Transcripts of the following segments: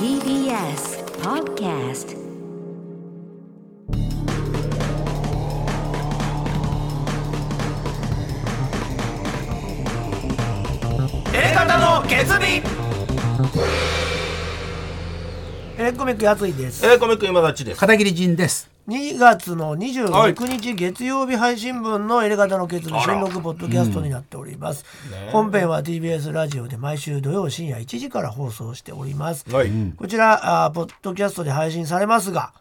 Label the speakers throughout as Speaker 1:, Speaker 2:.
Speaker 1: TBS Podcast
Speaker 2: 方の決意
Speaker 3: エレコミックやついです
Speaker 2: えー、コミック今立ちです
Speaker 4: 片桐仁です。
Speaker 3: 2月の26日月曜日配信分のエレガタのケツの新録ポッドキャストになっております、本編は TBS ラジオで毎週土曜深夜1時から放送しております、
Speaker 2: はい、
Speaker 3: こちらあーポッドキャストで配信されますが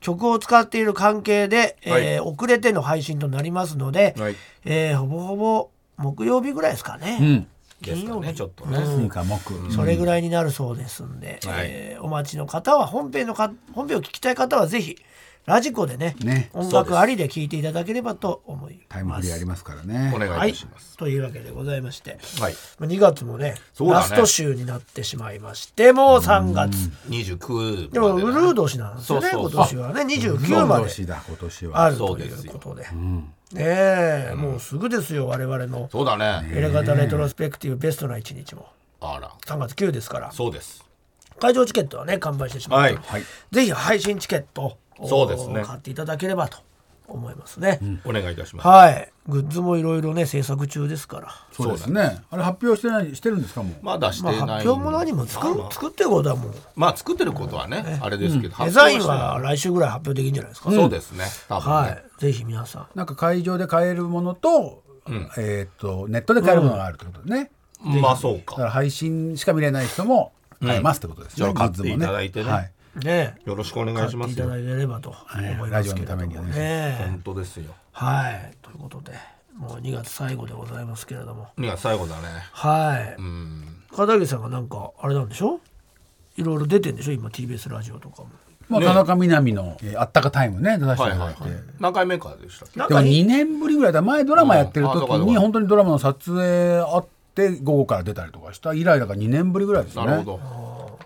Speaker 3: 曲を使っている関係で、えー遅れての配信となりますので、
Speaker 2: はい
Speaker 3: えーほぼほぼ木曜日ぐらいですかね、
Speaker 2: ですかねちょっとね
Speaker 4: 金か木。
Speaker 3: それぐらいになるそうですんで、
Speaker 2: はい
Speaker 3: えーお待ちの方は本編のか本編を聞きたい方はぜひラジコでね
Speaker 4: ね
Speaker 3: 音楽ありで聞いていただければと思い
Speaker 4: タイムフリーありますからね
Speaker 2: お。願いい
Speaker 3: はい
Speaker 2: たします
Speaker 3: というわけでございまして、
Speaker 2: はい
Speaker 3: まあ2月もね
Speaker 2: そうだね
Speaker 3: ラスト週になってしまいましてもう3月
Speaker 2: 29
Speaker 3: でも
Speaker 2: ま
Speaker 3: ウル
Speaker 2: でだ
Speaker 3: ー年なんですよね
Speaker 2: そうそうそう
Speaker 3: 今年はね29ま
Speaker 4: 今
Speaker 3: で
Speaker 4: 年だ今年は。
Speaker 3: ある
Speaker 2: そ
Speaker 3: と
Speaker 2: う
Speaker 3: い
Speaker 2: です
Speaker 3: う
Speaker 2: よ
Speaker 3: ことでねえ、もうすぐですよ我々の
Speaker 2: そうだね
Speaker 3: エレガタレトロスペクティブベストな1日も
Speaker 2: あら
Speaker 3: 3月9ですから
Speaker 2: そうです
Speaker 3: 会場チケットはね完売してしまったので、
Speaker 2: はいはい
Speaker 3: ぜひ配信チケットを
Speaker 2: そうですね
Speaker 3: 買っていただければと思いますね、
Speaker 2: お願いいたします
Speaker 3: はいグッズもいろいろね制作中ですから、
Speaker 4: そうですね。あれ発表してないしてるんですかもう。
Speaker 2: まだして
Speaker 3: まあ、
Speaker 2: ない、
Speaker 3: 発表も何も作,、作ってることはもう
Speaker 2: まあ作ってることはね、あれですけど、
Speaker 3: デザイン
Speaker 2: 発表
Speaker 3: は来週ぐらい発表できるんじゃないです
Speaker 2: し
Speaker 3: か、
Speaker 2: てないそうですね多分ね、
Speaker 3: はいぜひ皆さん
Speaker 4: なんか会場で買えるものと、えっとネットで買えるものがあるってことね。
Speaker 2: まあそう
Speaker 4: だか
Speaker 2: から
Speaker 4: 配信しか見れない人も買えますってことです
Speaker 2: じゃ
Speaker 4: ね。
Speaker 2: あ買っていただいてね
Speaker 4: グッズもはい
Speaker 3: ね
Speaker 2: よろしくお願
Speaker 3: 買
Speaker 2: い
Speaker 3: っ
Speaker 2: してま
Speaker 3: い
Speaker 2: す
Speaker 3: た
Speaker 2: よ、
Speaker 3: だければと思い
Speaker 4: ラ
Speaker 3: ま
Speaker 4: ジオ
Speaker 3: すけ
Speaker 4: の
Speaker 3: れど
Speaker 4: た
Speaker 3: も
Speaker 4: めに
Speaker 3: ね
Speaker 4: はね
Speaker 2: 本当ですよ
Speaker 3: はいということでもう2月最後でございますけれども
Speaker 2: いや最後だね
Speaker 3: はい、
Speaker 2: うん
Speaker 3: 片桐さんがなんかあれなんでしょいろいろ出てんでしょ今 TBS ラジオとかも
Speaker 4: まあ
Speaker 2: ね
Speaker 4: 田中みな実のえーあったかタイムね出させ
Speaker 2: は
Speaker 4: て
Speaker 2: い
Speaker 4: いた
Speaker 2: は
Speaker 4: だ
Speaker 2: い
Speaker 4: いて
Speaker 2: は。い何回目かでしたっけ
Speaker 3: なん
Speaker 4: でも
Speaker 3: か
Speaker 4: 2年ぶりぐらいだ前ドラマやってる
Speaker 2: うんあそう
Speaker 4: 時
Speaker 2: かそう
Speaker 4: に
Speaker 2: か
Speaker 4: 本当にドラマの撮影あって午後から出たりとかした以来だから2年ぶりぐらいですね
Speaker 2: なるほど、
Speaker 4: も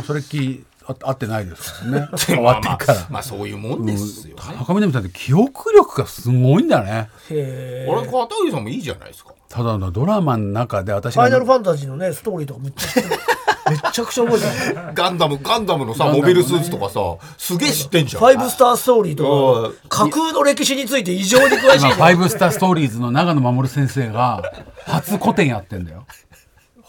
Speaker 4: うそれっきりあ合ってないですから ね 変わってから、
Speaker 2: まあ、まあそういうもんですよね、
Speaker 4: 高見さんって記憶力がすごいんだね
Speaker 3: へ
Speaker 2: 俺片桐さんもいいじゃないですか
Speaker 4: ただのドラマの中で私
Speaker 3: ファイナル
Speaker 4: が
Speaker 3: ファンタジーのねストーリーとかめっちゃ知ってるめっちゃ くちゃ覚えてる
Speaker 2: ガンダムガンダムのさ
Speaker 4: ガンダム
Speaker 2: モビ
Speaker 4: ね
Speaker 2: ルスーツとかさすげえ知ってんじゃん
Speaker 3: ファイブスターストーリーと
Speaker 2: うん
Speaker 3: か架空の歴史について異常に詳しい
Speaker 4: 今「フ
Speaker 3: じゃ
Speaker 4: ァ
Speaker 3: ん
Speaker 4: イブスターストーリーズ」の長野守先生が初古典やってんだよ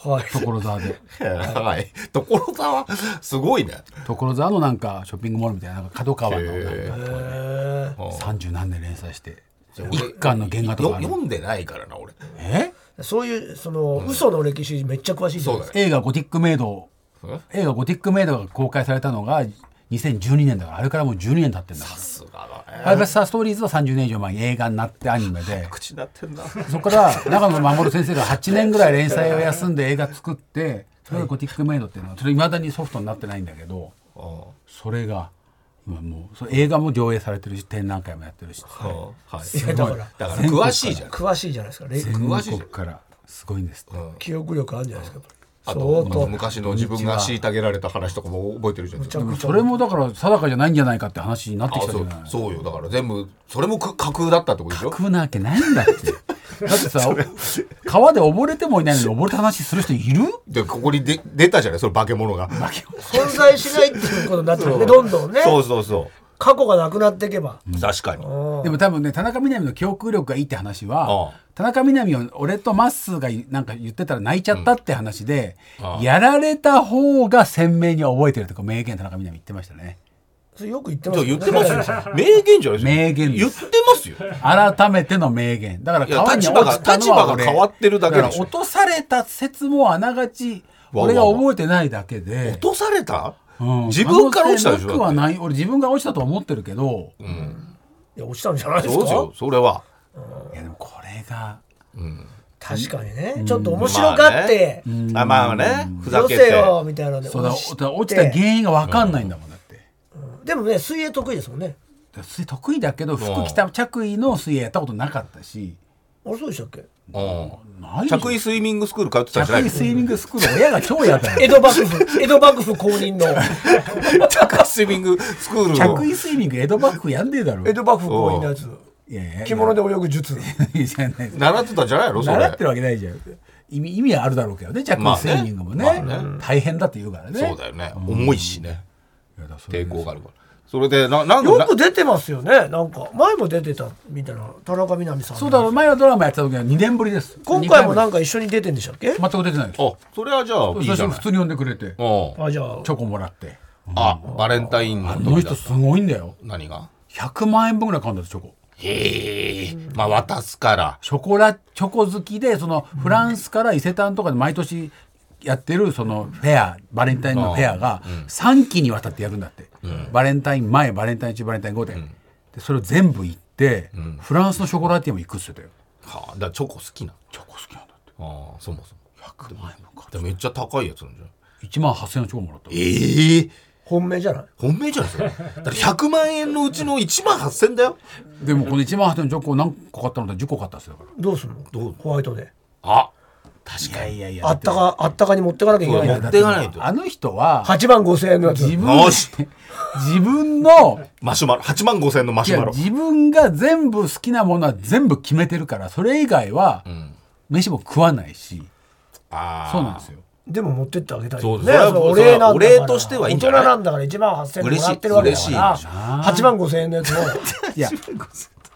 Speaker 3: はい
Speaker 4: 所沢で
Speaker 2: はい。所沢、すごいね。
Speaker 4: 所沢のなんかショッピングモールみたいななんか角川のなんか
Speaker 3: へ
Speaker 4: 三十何年連載して一巻の原画と
Speaker 2: よ
Speaker 4: かある
Speaker 2: 読んでないからな、俺。
Speaker 4: え
Speaker 3: ーそういうその嘘の歴史めっちゃ詳しいじゃ
Speaker 2: そ
Speaker 3: ん
Speaker 2: うだね。
Speaker 4: 映画「ゴティックメイド
Speaker 2: え」
Speaker 4: 映画「ゴティックメイド」が公開されたのが2012年だからあれからもう12年経ってんだから
Speaker 2: すがだ
Speaker 4: 「
Speaker 2: ね。
Speaker 4: ファイブスターストーリーズ」は30年以上前に映画になってアニメで
Speaker 2: 口なってんな。
Speaker 4: そこから長野守先生が8年ぐらい連載を休んで映画作ってそれが「ゴティックメイド」っていうのはそれいまだにソフトになってないんだけどそれが今もうそれ映画も上映されてるし展覧会もやってるし
Speaker 2: はい。
Speaker 3: だから
Speaker 2: だから、詳しいじゃん。
Speaker 3: 詳しいじゃないですかれ
Speaker 4: 全
Speaker 2: 詳しいじゃん
Speaker 4: 国からすごいんですって
Speaker 3: 記憶力あるんじゃないですか
Speaker 2: あ
Speaker 3: 相
Speaker 2: と、
Speaker 3: 当む
Speaker 2: 昔の自分が虐げられた話とかも覚えてるじゃん。
Speaker 3: ちゃ
Speaker 2: あ
Speaker 3: くちゃ
Speaker 4: それもだから定かじゃないんじゃないかって話になってきたじ
Speaker 2: そ
Speaker 4: ゃ
Speaker 2: う
Speaker 4: ない
Speaker 2: そうよ。だから全部、それもく架空だったってことでしょ
Speaker 4: 食うなわけないんだって。だって さ、川で溺れてもいないのに溺れた話する人いる
Speaker 2: で、ここにで出たじゃないその化け物が。
Speaker 3: 存在しないっていうことになってるねどんどんね
Speaker 2: そうそうそ
Speaker 3: 過去がなくなっていけば
Speaker 2: う。確かに。
Speaker 4: でも多分ね、田中みな実の記憶力がいいって話は
Speaker 2: ああ、
Speaker 4: 田中みな実を俺とまっすーがなんか言ってたら泣いちゃったって話で、やられた方が鮮明に覚えてるとか名言田中みな実言ってましたね。
Speaker 3: それよく言ってます
Speaker 2: そう
Speaker 3: よね
Speaker 2: 言ってますよ。名言じゃないですか。
Speaker 4: 名言です
Speaker 2: 言ってますよ。
Speaker 4: 改めての名言。だから
Speaker 2: いや
Speaker 4: 川に落ちたのは俺
Speaker 2: 立場が立場が変わってるだけでしょ
Speaker 4: から落とされた説もあながち、
Speaker 2: わわ
Speaker 4: 俺が覚えてないだけで。
Speaker 2: 落とされた
Speaker 4: うん
Speaker 2: 自分から落ちたでし
Speaker 4: 可能性なくは
Speaker 2: ょだっ
Speaker 4: ない俺自分が落ちたとは思ってるけど、い
Speaker 3: いや落ちたんじゃない
Speaker 2: て
Speaker 3: です
Speaker 2: そう
Speaker 3: か
Speaker 2: ですよ、それは。
Speaker 4: やでもこれが
Speaker 3: 確かにね、ちょっと面白がって、
Speaker 2: まあねあまあねふざ
Speaker 3: よ
Speaker 2: け
Speaker 3: せ
Speaker 2: て
Speaker 3: よみたいなので
Speaker 4: そうだ
Speaker 3: 押して
Speaker 4: 落ちた原因が分かんないんだもんだって。
Speaker 3: でもね水泳得意ですもんね
Speaker 4: だって水泳得意だけど服着た着衣の水泳やったことなかったし
Speaker 3: あれそうでしたっけ
Speaker 2: うん
Speaker 4: ない
Speaker 2: 着衣スイミングスクール通ってたん
Speaker 4: 着
Speaker 2: じゃない
Speaker 4: 衣
Speaker 2: の
Speaker 4: スイミングスクール親が超やったの
Speaker 3: 江戸幕府江戸幕府公認 の
Speaker 2: 着衣スイミングスクールの
Speaker 4: 着衣スイミング江戸幕府やんねえだろ
Speaker 3: 江戸幕府公認のやつ
Speaker 4: いやいや
Speaker 3: 着物で泳ぐ術
Speaker 4: いやいやいや
Speaker 2: 習ってたんじゃないのそれ
Speaker 4: 習ってるわけないじゃん意味意味はあるだろうけどねジャッ
Speaker 2: まあ
Speaker 4: ク・
Speaker 2: ね
Speaker 4: スイミングもね,、
Speaker 2: まあね
Speaker 4: 大変だって言うからね
Speaker 2: そうだよね重いしね
Speaker 4: いやだそれ
Speaker 2: 抵抗があるからそれでななんで
Speaker 3: よく出てますよねなんか前も出てたみたいな田中みな実さん
Speaker 4: そうだろう前はドラマやってた時は2年ぶりです
Speaker 3: 今回もなん
Speaker 4: か
Speaker 3: か一緒に出てんでしたっけ
Speaker 4: 全く出てないです
Speaker 2: あそれはじゃあいいじゃ
Speaker 4: 最初
Speaker 2: ない
Speaker 4: 普通に呼んでくれて
Speaker 2: うん
Speaker 3: あじゃあ
Speaker 4: チョコもらって
Speaker 2: あバレンタインの
Speaker 4: あ
Speaker 2: 時だ
Speaker 4: の人すごいんだよ
Speaker 2: 何が
Speaker 4: 100万円分ぐらい買うんだよチョコ
Speaker 2: へえまあ渡すから
Speaker 4: ショコラチョコ好きでそのフランスから伊勢丹とかで毎年やってるそのフェアバレンタインのフェアが3期にわたってやるんだって、バレンタイン前バレンタイン中バレンタイン後で,、でそれを全部行って、フランスのショコラティエも行くっつってたよ
Speaker 2: はあだからチョコ好きな
Speaker 4: チョコ好きなんだって
Speaker 2: ああそもそも
Speaker 4: 100万円もか
Speaker 2: でもめっちゃ高いやつなんじゃない
Speaker 4: 1万8000円のチョコもらった
Speaker 2: ええ
Speaker 3: 本命じゃない
Speaker 2: 本命じゃないですかだから100万円のうちの1万8000だよ
Speaker 4: でもこの1万8000円のチョコを何個買ったのって10個買ったっすよだか
Speaker 3: どうすんの
Speaker 2: どう
Speaker 3: ホワイトで
Speaker 2: あ
Speaker 4: ら確かにいやいやいや
Speaker 3: あったかあったかに持ってかなきゃいけない
Speaker 2: そう
Speaker 3: な
Speaker 2: 持ってかないと
Speaker 4: あの人は
Speaker 3: 8万5千円のやつ
Speaker 4: 自分
Speaker 2: よし
Speaker 4: 自分の
Speaker 2: マシュマロ8万5000のマ
Speaker 4: い
Speaker 2: シュ
Speaker 4: や
Speaker 2: マロ
Speaker 4: 自分が全部好きなものは全部決めてるからそれ以外は飯も食わないし、
Speaker 2: ああ
Speaker 4: そうなんですよ
Speaker 3: でも持ってってあげたい
Speaker 2: そう
Speaker 3: ね
Speaker 2: それは
Speaker 3: れ
Speaker 2: そう
Speaker 3: お礼なんだから
Speaker 2: お礼としてはいいんじゃない
Speaker 3: 大人なんだから1万8千円もらってるわけだから
Speaker 2: 嬉しい
Speaker 3: 8万5千円のやつを
Speaker 4: いや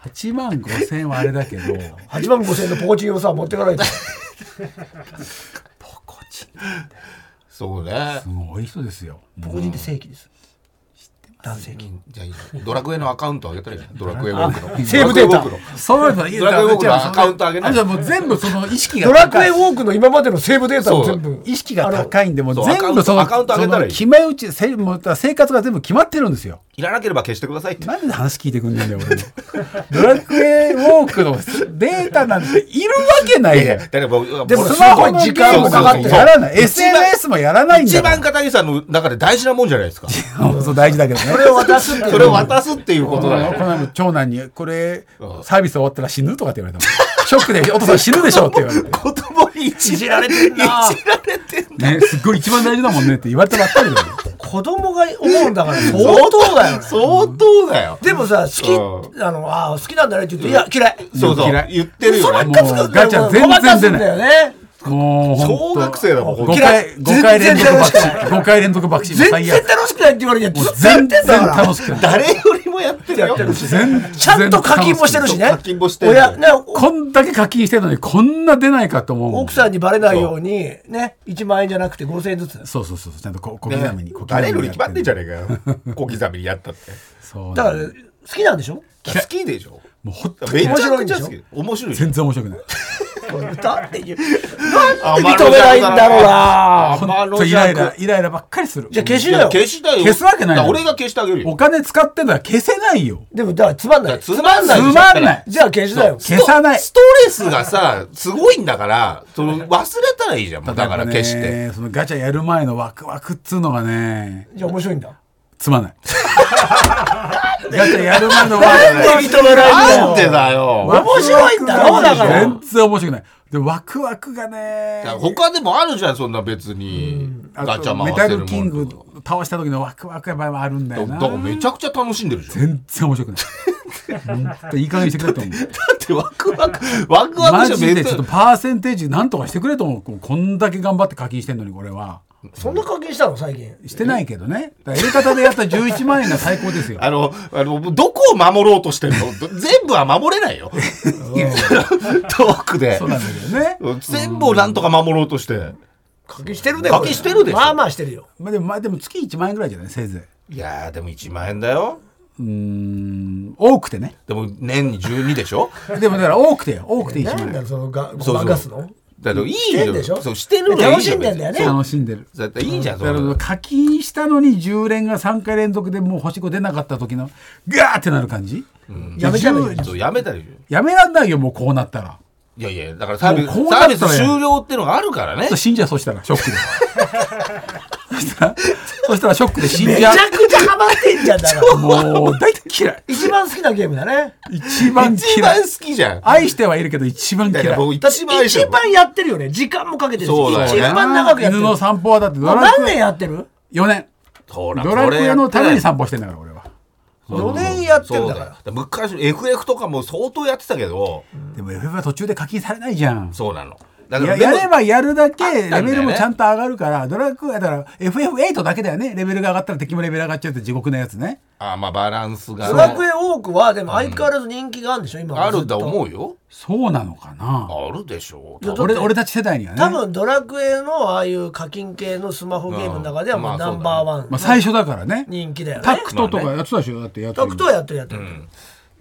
Speaker 4: 8万5千円はあれだけど
Speaker 3: 8万5千円のポコチンをさ 持ってかないと
Speaker 4: こっち
Speaker 2: そうね
Speaker 4: すごい人ですよ
Speaker 3: ポコチンって正規です男性器
Speaker 2: じゃあいいよドラクエのアカウントあげた らいいじゃんドラクエウォークの
Speaker 3: セーブデータ
Speaker 2: ドラクエウォクの
Speaker 4: そういうのいや
Speaker 2: ドラクエウォークのアカウント
Speaker 4: あ
Speaker 2: 上げない
Speaker 4: の人はもう全部その意識 が
Speaker 3: ドラク
Speaker 4: 高
Speaker 3: エ
Speaker 4: い
Speaker 3: ウォークの今までのセーブデータを全部
Speaker 4: 意識が高いんでもう
Speaker 2: そう
Speaker 4: 全部その
Speaker 2: アカウントアカウント上げたらいい
Speaker 4: その決め打ちせもう生活が全部決まってるんですよ
Speaker 2: いらなければ消してくださいって
Speaker 4: なんで話聞いてくんねえんだよ俺もドラクエウォークのデータなんているわけないやん
Speaker 2: だから
Speaker 4: でも
Speaker 2: 俺
Speaker 4: スマホの
Speaker 3: すごい時間もかかってる
Speaker 2: そうそうそう
Speaker 4: やらない。
Speaker 2: 一番
Speaker 4: SNS もやらないんだ
Speaker 2: 一
Speaker 4: から。
Speaker 2: 番片桐さんの中で大事なもんじゃないで すか
Speaker 4: そう大事だけどね。これを渡すって
Speaker 2: それを渡すっていう ことだよ
Speaker 4: この前長男に、これ、サービス終わったら死ぬとかって言われた もん。ショックで、お父さん死ぬでしょって言われて。
Speaker 2: 子供にいじられてんな。いじられてんな。
Speaker 4: ね、すっごい一番大事だもんねって言われてばっかりだよ。
Speaker 3: 子供が思うんだ から相当だよね
Speaker 2: 相当だよ。
Speaker 3: でもさ好きあのあー好きなんだねって言っていや嫌い
Speaker 2: そうそう
Speaker 4: 嫌い。
Speaker 2: 言ってるよね。
Speaker 4: もうガチャ全然出
Speaker 3: ごまかすんだ
Speaker 4: ない。
Speaker 3: よね
Speaker 4: もう
Speaker 2: 小
Speaker 4: 本
Speaker 2: 学生だもん、
Speaker 4: 当。
Speaker 2: ほんと
Speaker 4: 5
Speaker 3: 嫌
Speaker 4: 回、
Speaker 3: い
Speaker 4: 5回連
Speaker 3: 全
Speaker 4: 続
Speaker 3: 然
Speaker 4: 爆死。5回連続爆死。
Speaker 3: 全
Speaker 4: 最
Speaker 3: 然
Speaker 4: 悪。
Speaker 3: 楽しくないって言われるには
Speaker 4: もう
Speaker 3: ずっとやってんだ
Speaker 4: 全然
Speaker 3: から
Speaker 4: 楽しくない。
Speaker 2: 誰よりもやってるよ。
Speaker 4: 全然
Speaker 3: ちゃんと課金もしてるしね。
Speaker 2: 課金もしてる
Speaker 3: 親ね、お
Speaker 4: こんだけ課金してるのにこんな出ないかと思うもん。
Speaker 3: 奥さんにバレないように、ね、1万円じゃなくて5000円ずつ。
Speaker 4: そうそうそうそうちゃんとこ小刻み
Speaker 2: ね
Speaker 4: に小刻みに
Speaker 2: 誰より決まってんじゃ
Speaker 4: ん
Speaker 2: ねえ かよ。小刻みにやったって。
Speaker 4: そう
Speaker 3: だ
Speaker 4: だ
Speaker 3: か、
Speaker 4: からら
Speaker 3: 好きなんでしょ
Speaker 2: 好きでしょ。
Speaker 4: もうほっと
Speaker 2: めちゃ
Speaker 3: 面白い
Speaker 2: く
Speaker 3: ん
Speaker 2: ち
Speaker 3: で
Speaker 2: ゃ
Speaker 3: しょ
Speaker 2: 好き。面白いよ。
Speaker 4: 全然面白くない
Speaker 3: これ歌っていう。なんで認めないんだろうな。
Speaker 2: 天
Speaker 4: ほんと
Speaker 2: の
Speaker 4: イ
Speaker 2: ジ
Speaker 4: ラ
Speaker 2: ャ
Speaker 4: イ
Speaker 2: ク
Speaker 4: ライライラばっかりする
Speaker 3: じゃあ消し
Speaker 2: い
Speaker 3: な
Speaker 2: や
Speaker 3: よ。
Speaker 2: 消したよ。
Speaker 4: 消すわけないよ
Speaker 2: だから俺が消してあげる
Speaker 4: お
Speaker 2: よ。
Speaker 4: 金使ってんだから消せないよ
Speaker 3: でも、だからつまんない。
Speaker 2: つまんないでしょ
Speaker 4: つまんない
Speaker 3: じゃあ消しなよ。
Speaker 4: 消さない
Speaker 2: ストレスがさ、すごいんだから、その忘れたらいいじゃん。もうだから消して。
Speaker 4: ねそのガチャやる前のワクワクっつうのがね
Speaker 3: じゃあ面白いんだ。
Speaker 4: つまんないガチャやる前のワクワク
Speaker 3: 認めないんだよ。
Speaker 2: なんでだよ。
Speaker 3: 面白いんだろうだから。
Speaker 4: 全然面白くないでワクワクがね
Speaker 2: いや他でもあるじゃんそんな別にガチャ
Speaker 4: メ
Speaker 2: 回
Speaker 4: タ
Speaker 2: せる
Speaker 4: ル
Speaker 2: もん
Speaker 4: キング倒した時のワクワクやっぱりあるんだよ
Speaker 2: だ
Speaker 4: な
Speaker 2: からめちゃくちゃ楽しんでるじゃんだ
Speaker 4: 全然面白くない。本当いい加減にしてくれと思う。
Speaker 2: ってワクワクワクワ
Speaker 4: マ
Speaker 2: クじゃ
Speaker 4: ジ
Speaker 2: ん
Speaker 4: で
Speaker 2: 別
Speaker 4: ちょっと
Speaker 2: に
Speaker 4: パーセンテージなんとかしてくれと思う。こんだけ頑張って課金してんのにこれは。
Speaker 3: そんな課金したの最近。
Speaker 4: してないけどね。だから A 型でやった11万円が最高で すよ。
Speaker 2: あのあのどこを守ろうとしてるのど全部は守れないよ遠くで
Speaker 4: そうなんだけどね。
Speaker 2: 全部をなんとか守ろうとして
Speaker 3: 課金してるね。
Speaker 2: 課金してるでしょ
Speaker 3: まあまあしてるよ。
Speaker 4: まあでも、まあでも月1万円ぐらいじゃないせいぜ
Speaker 2: いやーでも1万円だよ
Speaker 4: い。うーん、多くてね。
Speaker 2: でも年に12でしょ
Speaker 4: でもだから多くてよ。多くて1
Speaker 3: なんだ
Speaker 4: 万
Speaker 3: よ、そのが、ご
Speaker 2: そう
Speaker 3: まかすの
Speaker 2: だけどいい
Speaker 3: してん
Speaker 2: よ
Speaker 3: でしょ
Speaker 2: そうしてるのいいじゃ
Speaker 3: 楽しんでんだよね
Speaker 4: 円。楽しんでる。
Speaker 2: 別にだっていいじゃんそ
Speaker 4: だか
Speaker 2: ん
Speaker 4: ら
Speaker 2: な
Speaker 4: 課金したのに10連が3回連続でもう星5出なかった時のガーってなる感じ、
Speaker 3: やめちゃえばいい
Speaker 4: 10
Speaker 2: そうやめたり
Speaker 4: やめらんないよもうこうなったら。
Speaker 2: いやいやだからサービス
Speaker 4: もうこうな
Speaker 2: サ
Speaker 4: った
Speaker 2: ービ
Speaker 4: ら
Speaker 2: ス終了ってのがあるからね
Speaker 4: ちょっと死んじゃうそしたらショックでそしたらそしたらショックで死ん
Speaker 3: め
Speaker 4: じ
Speaker 3: ち
Speaker 4: ゃ
Speaker 3: ゃくちゃハマってんじゃんだから
Speaker 4: う。もう大嫌い
Speaker 3: 一番好きなゲームだね。
Speaker 4: 一番
Speaker 2: 一
Speaker 4: 嫌
Speaker 2: 番
Speaker 4: い
Speaker 2: 好きじゃん
Speaker 4: 愛してはいるけど一番
Speaker 2: いや
Speaker 4: 嫌
Speaker 2: い
Speaker 4: い
Speaker 2: や僕一番愛して
Speaker 3: 一
Speaker 2: る
Speaker 3: 番やってるよね。時間もかけてるし、
Speaker 2: そうだよ
Speaker 3: 一
Speaker 2: ね
Speaker 3: 番長くやって
Speaker 4: 犬
Speaker 3: る。
Speaker 4: の
Speaker 3: もう
Speaker 4: 散歩はだってドラ
Speaker 3: 何
Speaker 4: ク
Speaker 3: 年
Speaker 4: エ
Speaker 3: やってる
Speaker 4: 4年
Speaker 2: ほら
Speaker 4: ドラクエのために
Speaker 2: さ
Speaker 4: 散歩してんだから俺は
Speaker 3: 4年やってるんだから。
Speaker 2: 昔 FF とかも相当やってたけど
Speaker 4: でも FF は途中で課金されないじゃん
Speaker 2: そうなのだ
Speaker 4: ややれ
Speaker 2: ば
Speaker 4: ばやるだけ
Speaker 2: んだよ
Speaker 4: レ
Speaker 2: ね
Speaker 4: ベルもちゃんと上がるから、ドラクエだから FF8 だけだよねレベルが上がったら敵もレベル上がっちゃうって地獄のやつね
Speaker 2: あまあバランスが
Speaker 3: ドラクエ多くはでも相変わらず人気があるんでしょ今
Speaker 2: ある
Speaker 3: だ
Speaker 2: と思うよ
Speaker 4: そうなのかな
Speaker 2: あるでしょう
Speaker 3: いやだって
Speaker 4: 俺俺たち世代にはね
Speaker 3: 多分ドラクエのああいう課金系のスマホゲームの中ではも
Speaker 2: う
Speaker 3: うんナンバーワン
Speaker 4: まあ、最初だからね
Speaker 3: 人気だよね
Speaker 4: タクトとかやってたでしょだってやって
Speaker 3: タクトはやってるやってる、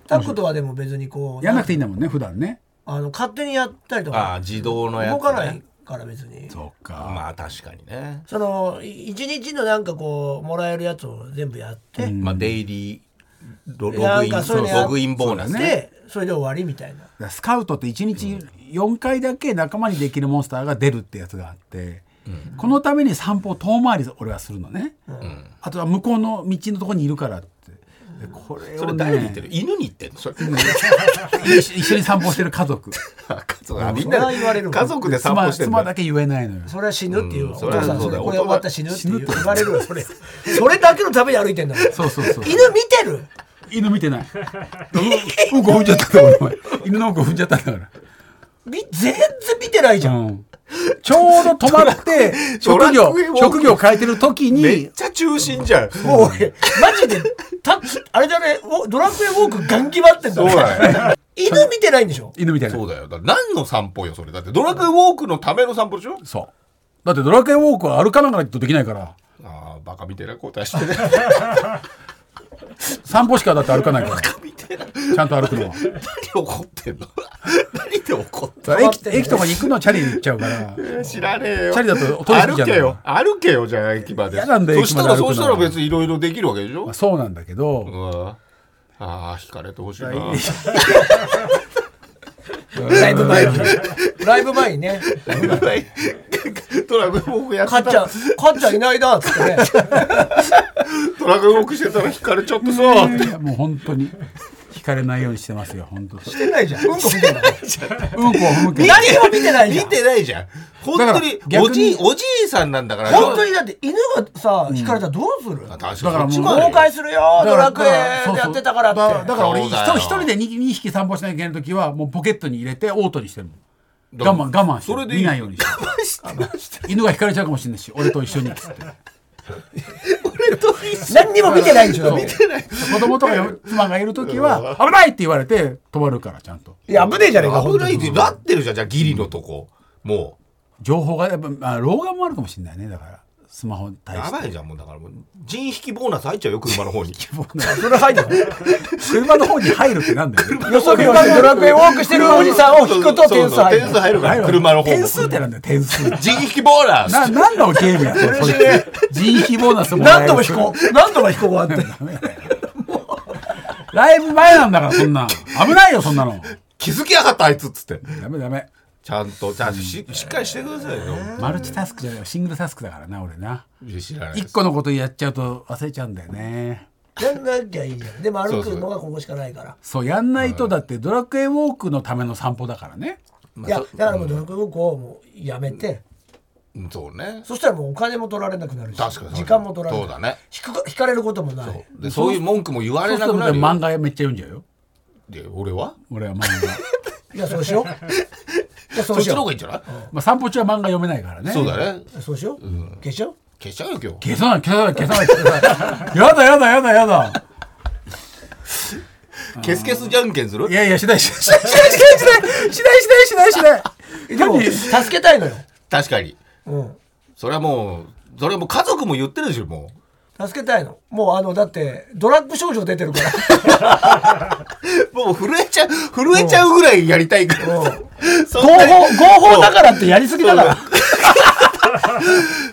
Speaker 3: タクトはでも別にこう
Speaker 4: やんなくていいんだもんね普段ね
Speaker 3: あの勝手にやったりと
Speaker 2: あ
Speaker 3: か
Speaker 2: 自動のやつ、ね、
Speaker 3: 動かないから別に
Speaker 4: そっか
Speaker 2: まあ確かにね、
Speaker 3: そのい一日のなんかこうもらえるやつを全部やって、
Speaker 2: まあデイリーロロ
Speaker 3: な
Speaker 2: グ
Speaker 3: ん
Speaker 2: イン
Speaker 3: かそう
Speaker 2: その
Speaker 3: いうのやっ
Speaker 2: ログインボーナスね
Speaker 3: でそれで終わりみたいな
Speaker 4: だからスカウトって1日4回だけ仲間にできるモンスターが出るってやつがあって、このために散歩を遠回り俺はするのね、あとは向こうの道のところにいるからってでこれ
Speaker 2: そ
Speaker 4: を
Speaker 2: れ
Speaker 4: ね
Speaker 2: 誰に言ってる犬に言ってんのそれ
Speaker 4: 一緒一緒に散歩してる家族
Speaker 2: 家族あみん
Speaker 3: それ
Speaker 2: な
Speaker 3: は言われるわ
Speaker 2: 家族で散歩してん
Speaker 4: 妻妻
Speaker 2: だ
Speaker 4: だけ言えないのよ
Speaker 3: それは死ぬっていう、お
Speaker 2: ん
Speaker 3: 父
Speaker 2: それは
Speaker 3: さん
Speaker 2: そ
Speaker 3: そう
Speaker 2: だ
Speaker 3: れ
Speaker 2: よ
Speaker 3: これ終わったら死ぬっていう言われるわそれそれだけのために歩いてんだもん
Speaker 4: そうそうそう
Speaker 3: 犬見てる
Speaker 4: 犬見てないうんうんこ踏んじゃったからお前犬のうんこ踏んじゃったんだから
Speaker 3: み全然見てないじゃん、
Speaker 4: うんちょうど止まって職
Speaker 2: ドラ
Speaker 4: 業
Speaker 2: クエを
Speaker 4: 職業変えてる時
Speaker 2: め
Speaker 4: に
Speaker 2: っちゃ中心じゃん
Speaker 3: もう俺マジでたあれだねウォドラクエウォークガン決まってんだ
Speaker 2: そう
Speaker 3: ね
Speaker 2: だよね
Speaker 3: 犬見てないんでしょ
Speaker 4: 犬みたいな
Speaker 2: そうだよだから何の散歩よそれだってドラクエウォークのための散歩でしょ
Speaker 4: そう。だってドラクエウォークは歩かなきゃとできないから、
Speaker 2: ああバカみてえな答えしてね
Speaker 4: 散歩しかだって歩かない から、ち
Speaker 2: みてえな
Speaker 4: ゃんと歩くのは。
Speaker 2: 何怒ってんの 何で怒って
Speaker 4: だから
Speaker 3: 変わっ
Speaker 4: 駅
Speaker 3: てんね
Speaker 4: 駅とかに行くのはチャリに行っちゃう から、
Speaker 2: んの知らねえよ
Speaker 4: チャリだと通り過ぎち
Speaker 2: 歩
Speaker 4: ゃう
Speaker 2: けよ歩けよじゃあ駅まで
Speaker 4: 嫌なんだよ
Speaker 2: そした
Speaker 4: 駅ま
Speaker 2: ら
Speaker 4: で歩く
Speaker 2: そ
Speaker 4: の
Speaker 2: したら別にいろいろできるわけでしょ
Speaker 4: まあ、そうなんだけど、
Speaker 2: うわああ引かれてほしいな
Speaker 3: ライブ前にライブ前にね
Speaker 2: トラブル僕 やって
Speaker 3: かっちゃん
Speaker 2: た
Speaker 3: かっちゃんいないなっつってね
Speaker 2: トラブル僕してたら引かれちゃってさって
Speaker 4: いやもう本当に引かれないようにしてますよ、本当。うんこ
Speaker 3: 見てないじゃんうんこ見てない
Speaker 4: を踏むけど、
Speaker 3: 何も見てないじゃ
Speaker 2: 見
Speaker 3: ん
Speaker 2: てないじゃん本当に
Speaker 4: だから
Speaker 2: おじい
Speaker 4: 逆
Speaker 2: おじいさんなんだから
Speaker 3: 本当にだって犬がさ引かれたらどうする
Speaker 2: 確かに
Speaker 4: だから
Speaker 2: そ
Speaker 4: もう
Speaker 2: っちもあるよ
Speaker 3: 公開するよドラクエやってたから
Speaker 4: だか
Speaker 3: っ
Speaker 4: らだ
Speaker 3: て
Speaker 4: だから俺、
Speaker 2: そ
Speaker 4: 一
Speaker 2: うだよ
Speaker 4: 人一人で 2, 匹散歩しなきゃいけないときは、もうポケットに入れて、オートにしてるもん。我慢、我慢してる。
Speaker 2: それでいい
Speaker 4: 見ないようにしてる。犬が引かれちゃうかもしれないし、俺と一緒にっつって。
Speaker 3: 何にも見てないでしょい
Speaker 4: 子供とかよ妻がいる時は危ないって言われて止まるからちゃんと
Speaker 3: や危ねえじゃねえか
Speaker 2: 危ないでなってるじゃんじゃあギリのとこも
Speaker 4: 情報がやっぱ、まあ、老眼もあるかもしれないねだからスマホに
Speaker 2: う
Speaker 4: 対
Speaker 2: や
Speaker 4: して
Speaker 2: ばいじゃんもうだからもう人引きボーナス入っちゃうよ車の方 に
Speaker 3: それ入んの
Speaker 4: 車の方に入るってなんだよ ね
Speaker 3: よそ見はドラクエウォークしてるおじさんを引くと点数入る
Speaker 2: そうそう点数入るから車の方も
Speaker 4: 点数ってなんだよ点数な
Speaker 2: 人引きボーナ ス
Speaker 4: 何のゲームやってそれ人費ボーナスもらえ
Speaker 3: 何
Speaker 4: る
Speaker 3: 度も引こう何度も引こう あって
Speaker 4: ライブ前なんだからそんなん危ないよそんなの
Speaker 2: 気づきやがったあいつっつって
Speaker 4: ダメダメ
Speaker 2: ちゃんとちゃんとししっかりしてくださいよ
Speaker 4: マルチタスクじゃないよシングルタスクだからな俺ない
Speaker 2: や知らないです
Speaker 4: 一個のことやっちゃうと忘れちゃうんだよね
Speaker 3: やんなきゃいいじゃんでも歩くのがここしかないから
Speaker 4: そうやんないとだってドラクエウォークのための散歩だからね
Speaker 3: いやだからもうドラクエウォークをもうやめて
Speaker 2: うんそうね
Speaker 3: そしたらもうお金も取られなくなるし
Speaker 2: 確かに
Speaker 3: 時間も取られ
Speaker 2: そ
Speaker 3: な
Speaker 2: う
Speaker 3: い
Speaker 2: だね
Speaker 3: 引くか引かれることもない
Speaker 2: でそういう文句も言わ
Speaker 4: そう
Speaker 2: れ
Speaker 4: する
Speaker 2: なく
Speaker 4: と
Speaker 2: なるよ
Speaker 4: 漫画めっちゃ読んじゃうよ
Speaker 2: で俺は
Speaker 4: 俺は漫
Speaker 3: いやそうし よういやそ
Speaker 2: そうっ
Speaker 3: し
Speaker 2: ちの
Speaker 3: よ
Speaker 2: 方が
Speaker 3: う
Speaker 2: いいんじゃない
Speaker 4: 画まあ散歩中は漫画読めないからね
Speaker 2: そうだね
Speaker 3: そうしよう、消しよ
Speaker 2: 消しちゃうよ今日
Speaker 4: 消さない消さない消さない消さない やだやだやだやだ
Speaker 2: 消す消すじゃんけんする
Speaker 4: いやいやしないしないしないしないしないしないしないしな
Speaker 3: う
Speaker 4: い
Speaker 3: でも
Speaker 4: 何
Speaker 3: 助けたいのよ、
Speaker 2: 確かに
Speaker 3: うん、
Speaker 2: それはもうそれはもう家族も言ってるでしょも
Speaker 3: 助けたいのもうあのだってドラッグ症状出てるから
Speaker 2: うもう震えちゃう震えちゃうぐらいやりたいから
Speaker 3: うん
Speaker 2: そ
Speaker 3: 合法合法だからってやりすぎだから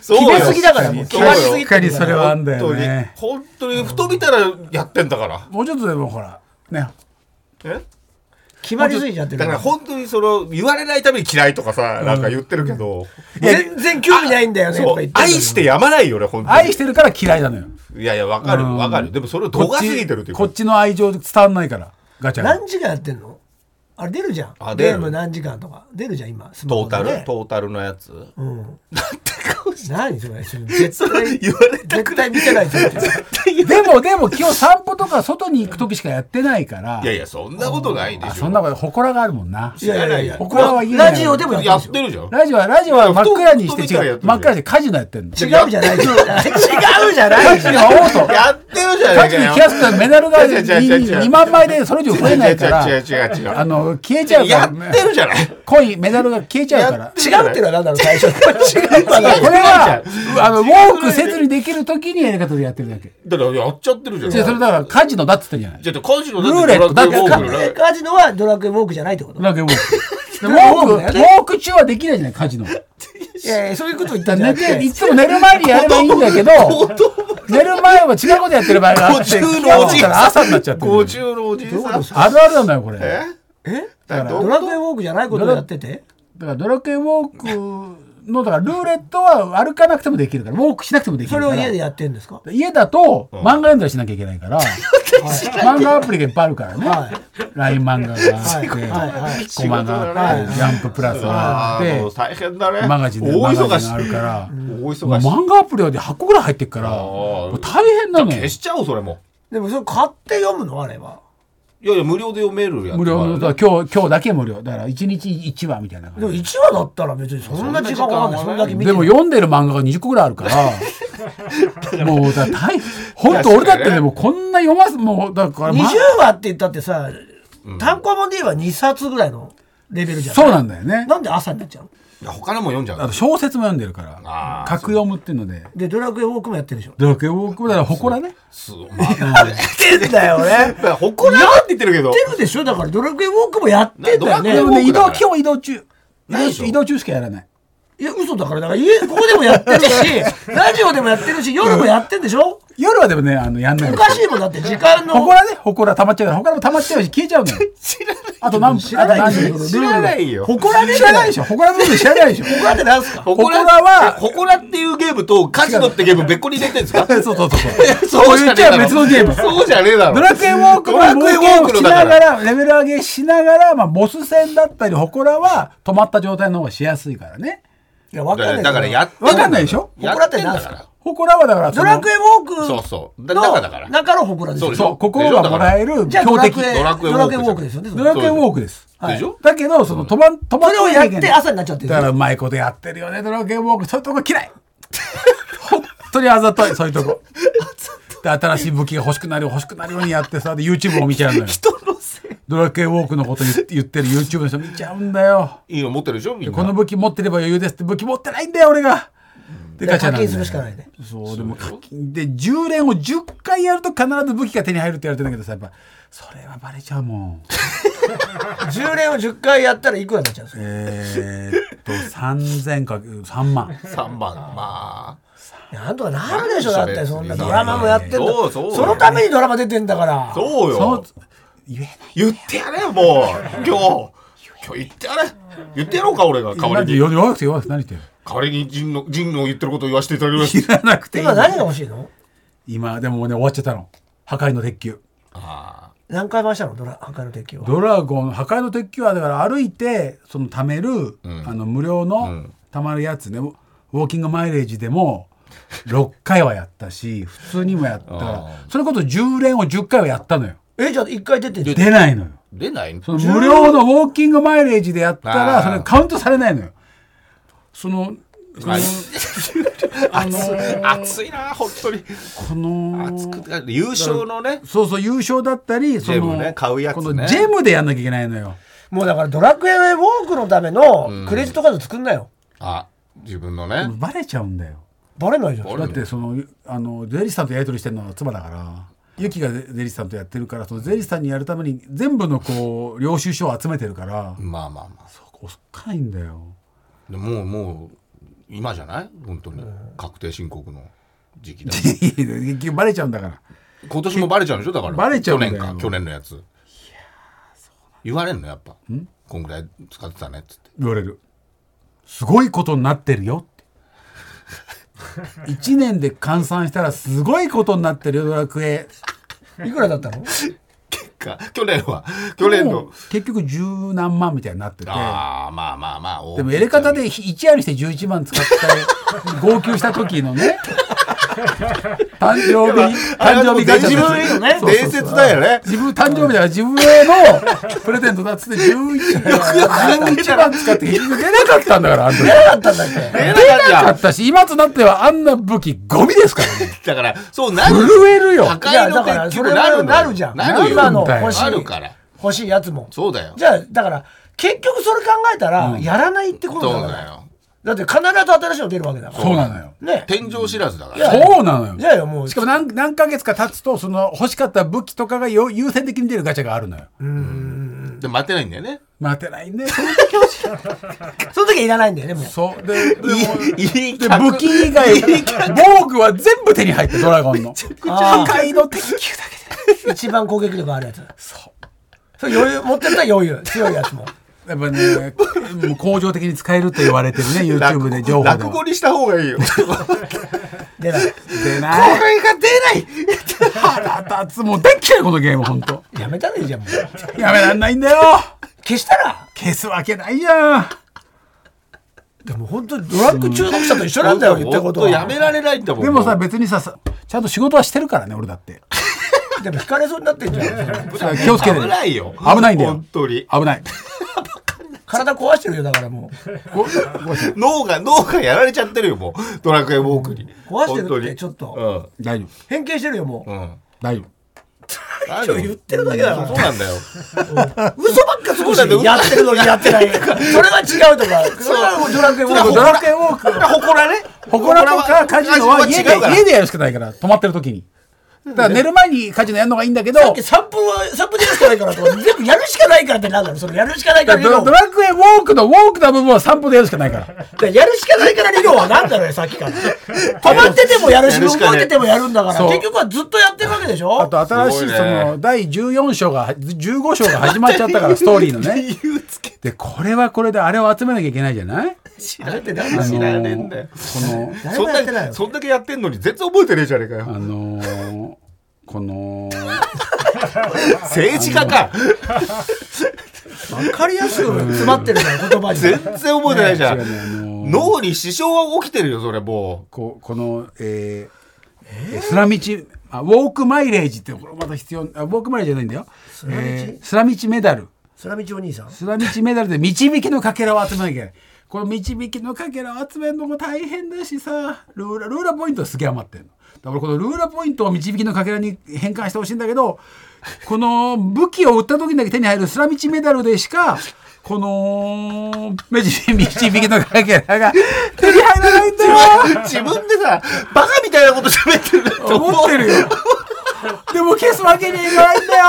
Speaker 2: そう
Speaker 3: 決めすぎだからもう
Speaker 2: そ
Speaker 3: 決
Speaker 2: うよ
Speaker 3: まりすぎ
Speaker 4: 確かにそれはあんだ
Speaker 2: 本当
Speaker 4: よ
Speaker 2: に
Speaker 4: ね
Speaker 2: 本当にふと見たらやってんだから
Speaker 4: もうちょっとでもほらね
Speaker 2: え
Speaker 3: 決まりすぎちゃってる
Speaker 2: だから本当にその言われないために嫌いとかさなんか言ってるけど
Speaker 3: 全然興味ないんだよね
Speaker 2: そう
Speaker 3: とか言ってんだ
Speaker 2: 愛
Speaker 3: けど
Speaker 2: してやまないよね本当
Speaker 4: 愛
Speaker 2: に
Speaker 4: してるから嫌いなのよ
Speaker 2: いやいやわかる
Speaker 4: うん
Speaker 2: わかるでもそれを
Speaker 4: こ
Speaker 2: 度が過
Speaker 4: っ
Speaker 2: ぎてるとい
Speaker 4: ち
Speaker 2: う
Speaker 4: こ
Speaker 2: か
Speaker 4: っちの愛情伝わんないからガチャが
Speaker 3: 何時がやってんのあれ出るじゃん
Speaker 2: あ出
Speaker 3: ゲ
Speaker 2: る
Speaker 3: ーム何時間とか出るじゃん今スマ
Speaker 2: ト
Speaker 3: ホ
Speaker 2: ー
Speaker 3: で
Speaker 2: タル
Speaker 3: ね
Speaker 2: トータルのやつ
Speaker 3: うん
Speaker 2: なんて顔して
Speaker 3: 何それそれ絶対
Speaker 2: 言われた
Speaker 3: 絶対見てないじゃん
Speaker 4: でもでも基本散歩とか外に行く時しかやってないから
Speaker 2: いやいやそんなことないでしょ
Speaker 4: あそんなこと祠があるもん ない
Speaker 3: やいやいや
Speaker 4: 知らないよ他は言えない
Speaker 3: ラジオでも
Speaker 2: や
Speaker 3: やっ
Speaker 2: っててるじゃん
Speaker 4: ラジオはラジオは真っ暗にして
Speaker 2: 布団布団みたいな
Speaker 4: 違
Speaker 2: や
Speaker 4: う
Speaker 2: つ
Speaker 4: 真っ暗にしてカジノやってんの
Speaker 3: 違うじゃない違うじゃな
Speaker 4: カ
Speaker 3: い
Speaker 4: ジノ はオート
Speaker 2: やってるじゃな
Speaker 4: カ
Speaker 2: い
Speaker 4: ジ
Speaker 2: か
Speaker 4: ノ
Speaker 2: よ
Speaker 4: キャストメダルが
Speaker 2: 違う違う違う違う
Speaker 4: 2万枚でそれ以上増えないから
Speaker 2: 違う違う違う違う
Speaker 4: あの消えちゃう
Speaker 2: や
Speaker 4: か
Speaker 2: っ
Speaker 4: ら
Speaker 2: てるじゃない
Speaker 4: コインメダルが消えちゃうから
Speaker 3: 違うっていうのは何なの最初 違う
Speaker 4: だからこれは
Speaker 2: 違
Speaker 4: あのウォークせずにできる時にやり方でやってるだけ
Speaker 2: だからやっちゃってるじゃん
Speaker 4: じゃあそれだからカジノだっつったじゃない
Speaker 2: じゃあカジノ
Speaker 4: ルーレット
Speaker 2: だってドラ クエウォークの
Speaker 3: えカジノはドラクエウォークじゃないってこと
Speaker 4: だけどウォー クウォ
Speaker 3: ウォークだよ
Speaker 4: ーク
Speaker 3: ね
Speaker 4: ウォーク中はできないじゃないカジノ
Speaker 3: いやいやそういうこと言ったんじゃ
Speaker 4: 寝
Speaker 3: なく
Speaker 4: て
Speaker 3: て
Speaker 4: いつも寝る前にやればいいんだけど寝る前は違うことやってる場合があって
Speaker 2: 50のおじいさん
Speaker 4: 朝になっちゃってる
Speaker 2: 五十のおじいさん
Speaker 4: あるあるなんだよこれ
Speaker 2: え
Speaker 4: だ
Speaker 3: え
Speaker 2: だから
Speaker 3: ドラクエウォークじゃないことをやってて
Speaker 4: からドラクエウォークのだからルーレットは歩かなくてもできるからウォークしなくてもでき
Speaker 3: そ
Speaker 4: る
Speaker 3: れ
Speaker 4: か
Speaker 3: を
Speaker 4: ら
Speaker 3: 家でやってんですか
Speaker 4: 家だと漫画読んだりしなきゃいけないから、漫画アプリがいっぱいあるからね、
Speaker 3: はい
Speaker 4: LINE 漫画があって、
Speaker 3: はいはいはい
Speaker 4: コマがあって、
Speaker 3: はい
Speaker 4: ジャンププラスがあっ
Speaker 2: あ
Speaker 4: て
Speaker 2: ーもう、大変だね
Speaker 4: マガジンで
Speaker 2: 大
Speaker 4: マガ
Speaker 2: 忙
Speaker 4: ジン
Speaker 2: し
Speaker 4: があるから、
Speaker 2: 大
Speaker 4: もう
Speaker 2: 忙しい
Speaker 4: 漫画アプリはで8個ぐらい入ってるから、もう大変なのよ
Speaker 2: 消。しちゃおうそれも
Speaker 3: でもそれ買って読むのあれはい
Speaker 2: やいや無料で読めるやつ
Speaker 4: 無料のだから今日今日だけ無料だから1日1話みたいな
Speaker 3: で
Speaker 4: 感
Speaker 3: も
Speaker 4: じ
Speaker 3: 1話だったら別にそんな時間かかんないそんだけ見て
Speaker 4: でも読んでる漫画が20個ぐらいあるからもうだから大本当俺だっ
Speaker 2: 確かに
Speaker 4: て
Speaker 2: ね
Speaker 4: でもこんな読ますもうだから、
Speaker 3: 20
Speaker 4: ま
Speaker 3: 話って言ったってさ単行本で言えば2冊ぐらいのレベルじゃん
Speaker 4: そうなんだよね
Speaker 3: なんで朝になっちゃうの
Speaker 2: いや他のも読んじゃ
Speaker 4: あ
Speaker 2: う
Speaker 4: と小説も読んでるか
Speaker 2: あ
Speaker 4: ら
Speaker 2: ー
Speaker 4: 格読むっていうので
Speaker 3: でドラクエウォークもやってるでしょ
Speaker 4: ドラクエウォークだから祠ね
Speaker 2: すまあ
Speaker 3: やってんだよねや っ
Speaker 2: いや誇らって言ってるけど
Speaker 3: てるでしょだからドラクエウォークもやってんだよ
Speaker 2: ドラクエ
Speaker 4: で
Speaker 2: ウォ
Speaker 3: ね
Speaker 4: も
Speaker 2: ー
Speaker 4: ね
Speaker 2: ク
Speaker 4: 移
Speaker 2: だか
Speaker 4: 動
Speaker 2: ら
Speaker 4: 今日移動中
Speaker 2: ないでしょ
Speaker 4: 移動中しかやらない
Speaker 3: いや嘘だからだから家ここでもやってる しラジオでもやってるし夜もやってんでしょ
Speaker 4: 夜はでもねあのやんない
Speaker 3: お
Speaker 4: の
Speaker 3: かしいもんだって時間の
Speaker 4: 祠ね祠溜まっちゃうから祠も溜まっちゃうし消えちゃうのよ
Speaker 2: 知らない
Speaker 4: あと何分
Speaker 3: 知らない
Speaker 4: あと何分
Speaker 2: 知らないよ
Speaker 4: 祠ね知らないでしょ祠のルール知らないでしょ
Speaker 3: 他でなんすか
Speaker 2: 誇ら
Speaker 4: 誇らは
Speaker 2: 誇らっていうゲームとカジノってゲーム別個に入れてんですか
Speaker 4: そうそうそう そう。
Speaker 2: そうじゃねえだろ
Speaker 4: 別のゲーム
Speaker 2: そうじゃねえだろ
Speaker 4: ドラクエウォーク
Speaker 2: ドラクエウォークの
Speaker 4: し
Speaker 2: だか
Speaker 4: な
Speaker 2: ら
Speaker 4: がら、レベル上げしながら、まあ、ボス戦だったり、祠は止まった状態の方がしやすいからね。
Speaker 3: いやわかんない
Speaker 2: だからやって
Speaker 4: わかんないでしょ
Speaker 2: や
Speaker 3: 誇らってて
Speaker 2: んだ
Speaker 3: なん
Speaker 2: か
Speaker 3: す
Speaker 2: ら
Speaker 3: か
Speaker 4: 祠はだからそ
Speaker 3: ド
Speaker 4: の、
Speaker 3: ラクエウォーク
Speaker 2: そうそうだだからだから
Speaker 3: の中の祠です
Speaker 2: そう
Speaker 3: よ
Speaker 2: でしょ
Speaker 4: そう、心がもらえる
Speaker 3: じゃあ
Speaker 4: 強
Speaker 3: ドラ
Speaker 4: 敵
Speaker 3: ク。エ
Speaker 2: ドラクエウォーク
Speaker 3: ドラクエウォークですよね
Speaker 4: ドラクエウォークです。
Speaker 2: でしょ
Speaker 4: だけど、その、止ま、止ま
Speaker 3: それをやって朝になっちゃってる
Speaker 4: だから、うまいことやってるよね、ドラクエウォーク。そういうとこ嫌い。 本当にあざとい、そういうとこ。で、新しい武器が欲しくなるよ、欲しくなるようにやってさ、で、YouTube を見ちゃうのよ。
Speaker 3: 人のせい
Speaker 4: ドラクエウォークのこと言って言ってる YouTube の人見ちゃうんだよ。
Speaker 2: いいの持ってるでしょみんな
Speaker 4: この武器持ってれば余裕ですって武器持ってないんだよ俺が。で
Speaker 3: 課
Speaker 4: ガチャなんだ
Speaker 3: 金
Speaker 4: よ
Speaker 3: するしかないね
Speaker 4: そうでも課金で10連を10回やると必ず武器が手に入るって言われてんだけどさやっぱそれはバレちゃうも ん。
Speaker 3: 10連を10回やったらいくらになっちゃうんですか
Speaker 4: えーっと3000か3万。
Speaker 2: 三番まあ
Speaker 3: なんとかなるでしょだ
Speaker 2: な
Speaker 3: っ
Speaker 2: るで
Speaker 3: て
Speaker 2: しょ
Speaker 3: そんな
Speaker 2: 別に
Speaker 3: ドラマもやってんだ
Speaker 2: そうそう
Speaker 3: そのためにドラマ出てんだから
Speaker 2: そう
Speaker 4: そ
Speaker 2: よ
Speaker 4: う言え
Speaker 2: 言ってやれよもう今日今日言ってやれ言ってやろうか俺が代
Speaker 4: な
Speaker 2: わ
Speaker 4: い。
Speaker 2: りに
Speaker 4: 弱弱くて弱くて何言ってる。
Speaker 2: 代わりに陣の陣の言ってることを言わせていただきます
Speaker 4: いらなくていいん
Speaker 3: 今
Speaker 4: だ
Speaker 3: 何が欲しいの
Speaker 4: 今でもね終わっちゃったの。破壊の鉄球。
Speaker 2: あ
Speaker 3: 何回回したのドラ破壊の鉄球は
Speaker 4: ドラゴン破壊の鉄球はだから歩いてその貯める、あの無料の貯まるやつね、ウォーキングマイレージでも6回はやったし普通にもやったそれこそ10連を10回はやったのよ
Speaker 3: えじゃあ1回出てんの
Speaker 4: 出ないのよ
Speaker 2: ー出ないの
Speaker 4: その無料のウォーキングマイレージでやった
Speaker 2: あ
Speaker 4: ら
Speaker 2: ー
Speaker 4: それカウントされないのよそのその
Speaker 2: あい熱い熱いな本当に
Speaker 4: この
Speaker 2: 熱くて優勝のね
Speaker 4: そうそう優勝だったり
Speaker 2: ジ
Speaker 4: そ
Speaker 2: ェ
Speaker 4: の
Speaker 2: ムね買うやつね
Speaker 4: このジェムでやんなきゃいけないのよ
Speaker 3: もうだからドラクエウォークのためのクレジットカード作んなよ
Speaker 2: あ自分のね
Speaker 4: バレちゃうんだよ
Speaker 3: バレないじゃん
Speaker 4: だってそのあの税理士さんとやり取りしてるのは妻だからユキが税理士さんとやってるからその税理士さんにやるために全部のこう領収書を集めてるから
Speaker 2: まあまあまあ
Speaker 4: そこおっかないんだよ
Speaker 2: でもうもう今じゃない本当に確定申告の時期だ
Speaker 4: 結局バレちゃうんだから
Speaker 2: 今年もバレちゃうんでしょだから
Speaker 4: バレちゃうんだよ
Speaker 2: 去年か去年のやつ言われんのやっぱこんぐらい使ってたねっつって
Speaker 4: 言われるすごいことになってる よって1年で換算したらすごいことになってるよドラクエ
Speaker 3: いくらだったの
Speaker 2: か去年は去年
Speaker 4: も
Speaker 2: の
Speaker 4: う結局十何万みたいになってて
Speaker 2: ああまあまあまあ大きい
Speaker 4: でもエレカタで一夜にして11万使って号泣した時 のね誕生日誕生日
Speaker 2: あれはもう
Speaker 4: 会社
Speaker 2: 自分へのね伝説だよね
Speaker 4: 自分誕生日だから自分へのプレゼントだっつって11万11万使って結局出なかったんだからあんた出なかったんだ出
Speaker 2: 出な
Speaker 4: なか
Speaker 2: かっ
Speaker 4: ったし今となってはあんな武器ゴミですからね
Speaker 2: ただからそうなる
Speaker 4: 震えるよ
Speaker 2: 破
Speaker 3: いや
Speaker 2: 壊
Speaker 3: だ
Speaker 2: の
Speaker 3: から
Speaker 2: 鉄
Speaker 3: そ
Speaker 2: 球
Speaker 3: れ
Speaker 2: なる
Speaker 3: は
Speaker 2: んだよ
Speaker 3: なるじゃん
Speaker 2: なるよ
Speaker 3: 今の欲しい
Speaker 2: なるから
Speaker 3: 欲しいやつも
Speaker 2: そうだよ
Speaker 3: じゃあだから結局それ考えたらやらないってこと
Speaker 2: そ
Speaker 3: だ
Speaker 2: う
Speaker 3: か
Speaker 2: だ
Speaker 3: ら
Speaker 2: よ
Speaker 3: だって必ず新しいの出るわけだから
Speaker 4: そうなのよ
Speaker 3: ね
Speaker 2: 天井知らずだか
Speaker 3: いや
Speaker 2: ら
Speaker 4: そうなのよ
Speaker 3: じゃあもう
Speaker 4: しかも何何ヶ月か経つとその欲しかった武器とかがよ優先的に出るガチャがあるのよ
Speaker 2: で待てないんだよね
Speaker 4: 待 てないね
Speaker 3: その時はいらないんだよねもう
Speaker 4: そうででも
Speaker 2: いい
Speaker 4: で
Speaker 2: 客
Speaker 4: 武器以外防具は全部手に入ってドラゴンの破壊の鉄球だけ
Speaker 3: 一番攻撃力あるやつそれ余裕持ってったら余裕強いやつも
Speaker 4: でやっぱねもう工場的に使えると言われてるね YouTube で情報で
Speaker 2: 落
Speaker 4: も
Speaker 2: 語にした方がいいよ
Speaker 3: 出ない
Speaker 4: 出ない
Speaker 2: 声が出ない
Speaker 4: 腹立つもう大っ嫌いこのゲーム本当
Speaker 3: やめたらいいじゃんもう
Speaker 4: やめらんないんだよ
Speaker 3: 消したら
Speaker 4: 消すわけないやん
Speaker 3: でも本当にドラッグ中毒者と一緒なんだよ言ったこと
Speaker 2: ほんとや
Speaker 3: は
Speaker 2: められないんだもん
Speaker 4: でもさ別にささちゃんと仕事はしてるからね俺だって
Speaker 3: でも引かれそうになってんじゃん
Speaker 4: さ気をつけて
Speaker 2: 危ないよ
Speaker 4: 危ないんだよ
Speaker 2: 本当に
Speaker 4: 危ない
Speaker 3: 体壊してるよだからもう
Speaker 4: ここ
Speaker 2: 脳が脳がやられちゃってるよもうドラクエウォークに
Speaker 3: 壊してるって
Speaker 2: 本当に
Speaker 3: ちょっと
Speaker 4: 大丈夫
Speaker 3: 変形してるよもう
Speaker 2: うんうん
Speaker 4: 大丈夫
Speaker 2: 何
Speaker 3: 今日言ってるだけだから
Speaker 2: そうなんだよ
Speaker 3: 嘘ばっかすごいし
Speaker 2: そうだね
Speaker 3: やってるのにやってないそれは違うとかそれはもうドラクエウォーク
Speaker 4: ドラクエウォーク
Speaker 2: ほこらね
Speaker 4: ほこらとかカジノは家で
Speaker 2: 違うから
Speaker 4: 家でやるしかないから泊まってる時にだから寝る前にカジノやるのがいいんだけど
Speaker 3: さっき3分は3分でやるしかないからとか全部やるしかないからってなんだろうそれやるしかないか
Speaker 4: ド
Speaker 3: ら理論
Speaker 4: ドラクエウォークのウォークな部分は散歩でやるしかないから
Speaker 3: だからやるしかないから理論はなんだろうよさっきから止まっててもやるし
Speaker 2: やるしか
Speaker 3: 動
Speaker 2: ない
Speaker 3: いててもやるんだから
Speaker 4: そう
Speaker 3: 結局はずっとやってるわけでしょ
Speaker 4: あと新しい
Speaker 2: すごいね
Speaker 4: その第14章が15章が始まっちゃったからストーリーのね
Speaker 2: 理由つけ
Speaker 4: でこれはこれであれを集めなきゃいけないじゃない
Speaker 2: 知られて
Speaker 4: あの
Speaker 2: 何
Speaker 4: ー
Speaker 2: 知らねえんだよ
Speaker 4: この
Speaker 3: 誰
Speaker 2: そ
Speaker 3: も
Speaker 2: ん
Speaker 3: やってない
Speaker 2: だ
Speaker 3: よ
Speaker 2: けそんだけやってんのに全然覚えてねえじゃねえかよ
Speaker 4: あのーこの
Speaker 2: 政治家か
Speaker 3: 分かりやすく詰まってるから言葉に
Speaker 2: 全然覚えてないじゃ
Speaker 4: ね違うねあの
Speaker 2: ん脳に支障は起きてるよそれも
Speaker 4: ここの、えースラミチあウォークマイレージってこれまた必要あウォークマイレージじゃないんだよス
Speaker 3: ラミチ
Speaker 4: スラミチメダル
Speaker 3: スラミチお兄さん
Speaker 4: スラミチメダルで導きのかけらを集めなきゃいけないこの導きのかけらを集めるのも大変だしさルーラルーラポイントすげえ余ってるのだからこのルーラポイントを導きのかけらに変換してほしいんだけどこの武器を売った時にだけ手に入るスラミチメダルでしかこの目印導きのかけらが手に入らないんだよ
Speaker 2: 自分でさバカみたいなこと喋ってるな と
Speaker 4: 思
Speaker 2: 思
Speaker 4: っ
Speaker 2: う
Speaker 4: てるよでも消すわけにいかないんだよ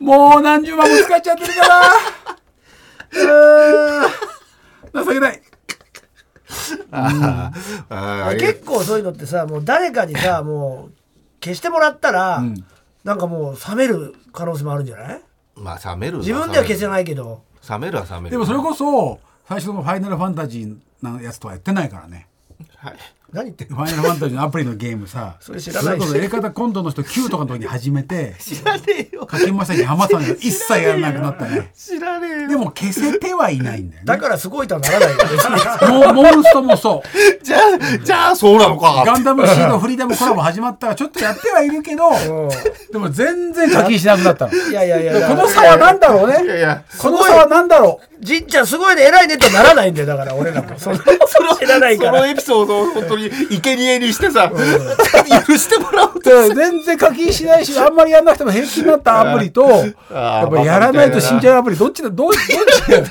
Speaker 4: もう何十万も使っちゃってるからうーん情けない
Speaker 2: あーあー
Speaker 3: 結構そういうのってさもう誰かにさもう消してもらったら、なんかもう冷める可能性もあるんじゃない
Speaker 2: まあ冷める
Speaker 3: 自分では消せ
Speaker 2: ない
Speaker 3: ないけど
Speaker 2: 冷めるは冷める
Speaker 4: でもそれこそ最初の「ファイナルファンタジー」のやつとはやってないからね
Speaker 2: はい
Speaker 3: 何言ってん
Speaker 4: フ
Speaker 3: の
Speaker 4: ァイナルファンタジーのアプリのゲームさ
Speaker 3: それ知らないし
Speaker 4: それこそエレカタ今度の人9とかの時に始めて
Speaker 2: 知らねえよ
Speaker 4: 課金まさに浜さんが一切やらなくなったね
Speaker 2: 知らねえよ
Speaker 4: でも消せてはいないんだよね
Speaker 3: だからすごいとはならないよ別に
Speaker 4: もうモンストもそう
Speaker 2: じゃあじゃあそうなのか
Speaker 4: ガンダムシードフリーダムコラボ始まったからちょっとやってはいるけど、でも全然課金しなくなったの。
Speaker 3: いやいやいや
Speaker 4: この差は何だろう
Speaker 2: いやい
Speaker 4: ね。
Speaker 2: や
Speaker 4: この差は何だろう。
Speaker 3: じんちゃんすごいね偉いねとはならないんだよだから俺らもその知らないか
Speaker 2: その
Speaker 3: ら
Speaker 2: エピソードを本当に生贄にしてさ、許してもらおうと。
Speaker 4: 全然課金しないし、あんまりやんなくても平気になったアプリと、
Speaker 2: あー
Speaker 4: やっぱやらないと死んじゃうアプリ、どっちだ、どう、どっちだよ。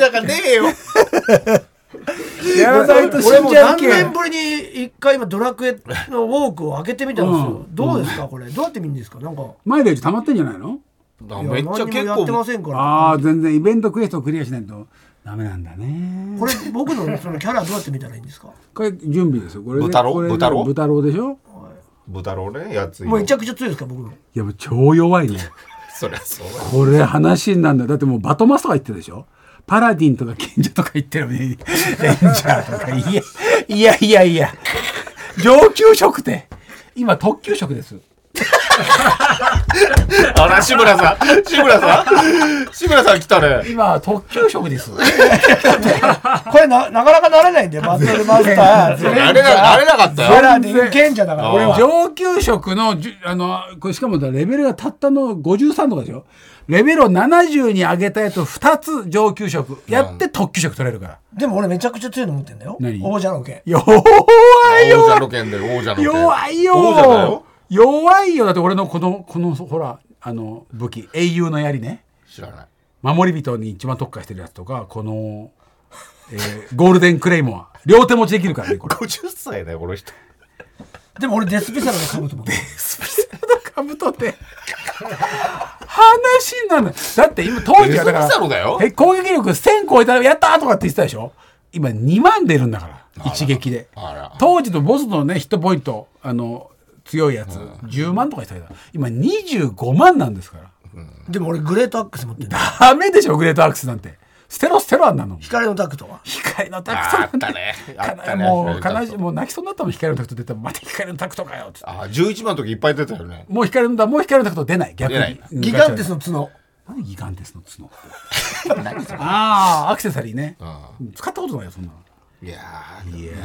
Speaker 2: だからねえよ。
Speaker 4: やらないと
Speaker 3: 俺
Speaker 4: 死ん
Speaker 3: も
Speaker 4: じゃう
Speaker 3: 何
Speaker 4: け。
Speaker 3: 年ぶりに一回今ドラクエのウォークを開けてみたんですよ、どうですかこれどうやって見るんですかなんか
Speaker 4: マイレージ溜まってんじゃないの
Speaker 3: いや
Speaker 2: めっちゃ
Speaker 3: 何にも
Speaker 2: 結
Speaker 3: やってま
Speaker 2: 構、
Speaker 3: せんから
Speaker 4: ああ、全然イベントクエストをクリアしないとダメなんだね。
Speaker 3: これ僕のそのキャラどうやって見たらいいんですか
Speaker 4: これ準備ですよ。これね
Speaker 2: 豚郎
Speaker 4: これね
Speaker 2: 豚郎
Speaker 4: 豚郎でしょ
Speaker 2: 豚郎ね、やついの。
Speaker 3: もうめちゃくちゃ強いですか僕の
Speaker 4: いや、もう超弱いね。
Speaker 2: そりゃそうだ。
Speaker 4: これ話になるんだよだってもうバトマスとか言ってるでしょパラディンとか賢者とか言ってる のにレンジャーとかいやいやいやいや上級職で今特級職です
Speaker 2: あら、志村さん。志村さん。志村さん来たね。
Speaker 4: 今特級職です。
Speaker 3: これななかなかなれないんだよバトルマスター
Speaker 2: あれな、あれなかった
Speaker 3: 俺
Speaker 2: よ。
Speaker 3: らでいけんじゃだから俺は
Speaker 4: 上級職のじゅあのこれしかもだレベルがたったの53とかでしょ。レベルを70に上げたやつを2つ上級職やって特級職取れるから。
Speaker 3: でも俺めちゃくちゃ強いの持ってんだよ
Speaker 4: 何
Speaker 3: 王者のけ
Speaker 4: 弱い
Speaker 2: 王者
Speaker 4: よ
Speaker 2: の件だよ、王者の件。
Speaker 4: 弱い
Speaker 2: 王者だよ
Speaker 4: よ。弱いよだって俺のこのこのほらあの武器英雄の槍ね
Speaker 2: 知らない。
Speaker 4: 守り人に一番特化してるやつとかこの、えーゴールデンクレイモア両手持ちできるからねこれ。
Speaker 2: 50歳だよ、この人。
Speaker 3: でも俺デスピサロの兜持ってる
Speaker 4: スピセドカブトって話になるだって今当時はだか
Speaker 2: スピセドだよ
Speaker 4: らえ攻撃力1000超えたらやったーとかって言ってたでしょ今2万出るんだから一撃で
Speaker 2: あら
Speaker 4: 当時のボスのねヒットポイントあの強いやつ10万とか言ってたけど今25万なんですから
Speaker 3: でも俺グレートアックス持って る
Speaker 4: ダメでしょグレートアクセスなんて捨てろ捨てろあんなの
Speaker 3: 光のダクトは
Speaker 4: 光のタクト
Speaker 2: あ
Speaker 4: な
Speaker 2: あっ
Speaker 4: ん
Speaker 2: た
Speaker 4: て
Speaker 2: ね。あった
Speaker 4: かな
Speaker 2: ね。
Speaker 4: もう悲しいもう泣きそうになったもん光のタクト出たらまた光のタクトかよっつって
Speaker 2: あ、11番の時いっぱい出たよね。
Speaker 4: もう光のだもう光のタクト出ない逆
Speaker 2: 出ない
Speaker 4: に
Speaker 3: ギガンテスの角
Speaker 4: 何ギガンテスの角ああアクセサリーね、使ったことないよそんなの
Speaker 2: いやー、いいね。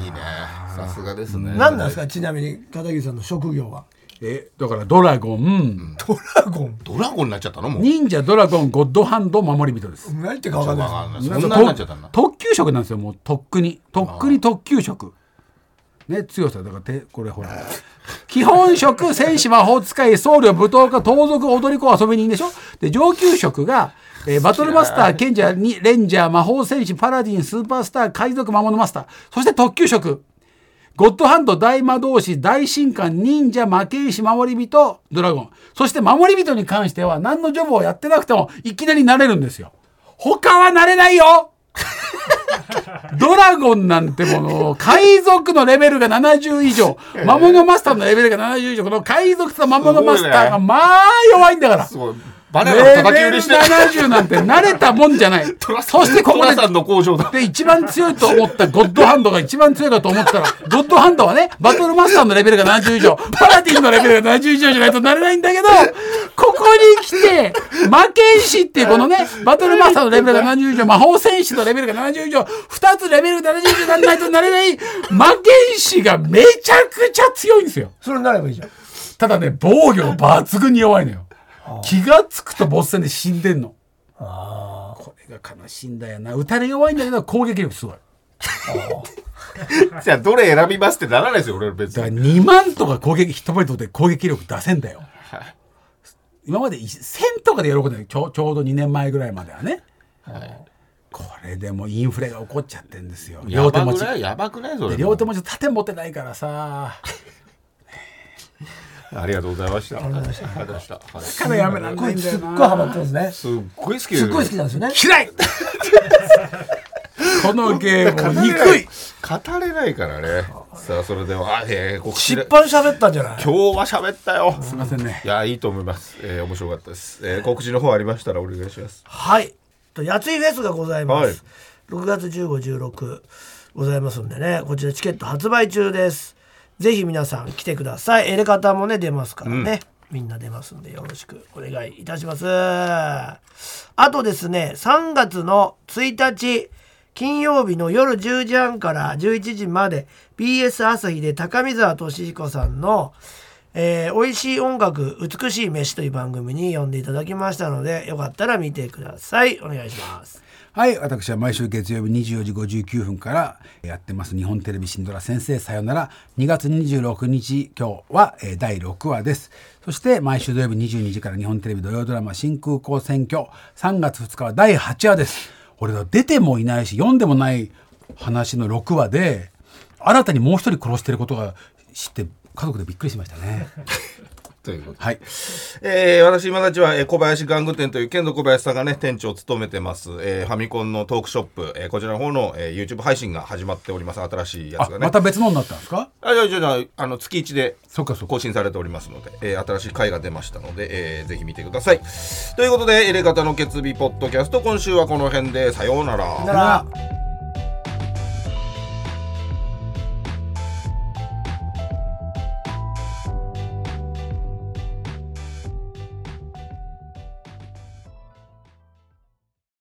Speaker 2: さすがですね。
Speaker 3: 何なんですかちなみに片桐さんの職業は
Speaker 4: えだからドラゴン、
Speaker 3: ドラゴン
Speaker 2: ドラゴンになっちゃったのもう。
Speaker 4: 忍者ドラゴンゴッドハンド守り人です
Speaker 3: 何言ってか分かんない
Speaker 2: わかんないそ
Speaker 4: なん
Speaker 2: ん
Speaker 4: か
Speaker 2: なになっちゃったんだ。
Speaker 4: 特級職なんですよもうとっくにとっくに特級職ね強さだからてこれほら基本職戦士魔法使い僧侶舞踏家盗賊踊り子遊び人でしょで上級職が、えーバトルマスター賢者にレンジャー魔法戦士パラディンスーパースター海賊魔物マスターそして特級職ゴッドハンド大魔導士大神官忍者魔剣士守り人ドラゴンそして守り人に関しては何のジョブをやってなくてもいきなりなれるんですよ他はなれないよドラゴンなんてもの海賊のレベルが70以上魔物マスターのレベルが70以上この海賊と魔物マスターがまあ弱いんだから
Speaker 2: すごい。バナ
Speaker 4: レ
Speaker 2: ナの叩き
Speaker 4: ベ
Speaker 2: 売
Speaker 4: ル
Speaker 2: りしてる。
Speaker 4: 70なんて慣れたもんじゃない そしてここで
Speaker 2: 寅さんの工場だ。
Speaker 4: で、一番強いと思ったゴッドハンドが一番強いかと思ったら、ゴッドハンドはね、バトルマスターのレベルが70以上、パラディンのレベルが70以上じゃないとなれないんだけど、ここに来て、魔剣士っていうこのね、バトルマスターのレベルが70以上、魔法戦士のレベルが70以上、二つレベルが70以上にならないとなれない、魔剣士がめちゃくちゃ強いんですよ。
Speaker 3: それになればいいじゃん
Speaker 4: ただね、防御抜群に弱いのよ。気がつくとボス戦で死んでんの。これが悲しいんだよな。打たれ弱いんだけど攻撃力すごい。
Speaker 2: じゃあ、どれ選びますってならないですよ、俺ら別
Speaker 4: だから
Speaker 2: に。
Speaker 4: 2万とか攻撃ヒットポイントで攻撃力出せんだよ。今まで1000とかで喜んでるちょちょうど2年前ぐらいまではね。これでもうインフレが起こっちゃってんですよ。
Speaker 2: や
Speaker 4: 両手
Speaker 2: ば
Speaker 4: 持
Speaker 2: く
Speaker 4: ち。
Speaker 2: ないやばくないそれ。
Speaker 4: で両手持ち盾持てないからさ。
Speaker 2: ありがとうございました。ありがとうございました。はい
Speaker 4: だからやめらん
Speaker 3: こ
Speaker 4: ない
Speaker 3: れ
Speaker 4: んだ
Speaker 3: す
Speaker 4: よ
Speaker 3: っごい
Speaker 4: な。
Speaker 3: ハマってますねす
Speaker 2: すっごい好き
Speaker 3: っごい好きなんですよね
Speaker 4: 嫌いこのゲーム も憎い
Speaker 2: 語れないからね。さあ、それでは、あえー、こち
Speaker 3: 失
Speaker 2: ら。
Speaker 3: 敗喋ったんじゃない
Speaker 2: 今日は喋ったよ。
Speaker 4: すいませんね
Speaker 2: い。や、いいと思います。えー、面白かったです。えー、告知の方ありましたらお願いします。
Speaker 3: はい。と、やついフェスがございま
Speaker 2: はい
Speaker 3: す。6月15、16ございますんでね、こちらチケット発売中です。ぜひ皆さん来てください。エレカタもね、出ますからね。みんな出ますんでよろしくお願いいたします。あとですね、3月の1日、金曜日の夜10時半から11時まで BS 朝日で高見沢俊彦さんのえー美味しい音楽美しい飯という番組に呼んでいただきましたのでよかったら見てくださいお願いします
Speaker 4: はい私は毎週月曜日24時59分からやってます日本テレビシンドラ先生さよなら2月26日今日はえー第6話ですそして毎週土曜日22時から日本テレビ土曜ドラマ新空港選挙3月2日は第8話です俺は出てもいないし読んでもない話の6話で新たにもう一人殺してることが知って家族でびっくりしましたね
Speaker 2: と いうことで。
Speaker 4: はい
Speaker 2: えー、私今たちは、えー小林玩具店という剣道小林さんがね店長を務めてます、えー、ファミコンのトークショップ、えー、こちらの方の、えー、YouTube 配信が始まっております新しいや
Speaker 4: あ
Speaker 2: つがね
Speaker 4: また別のになったんですか
Speaker 2: あじゃあじゃあじゃああの月1で
Speaker 4: そっかそっか
Speaker 2: 更新されておりますので、えー新しい回が出ましたので、えーぜひ見てくださいということで「エレガタの決日ポッドキャスト」今週はこの辺でさようなら
Speaker 3: なら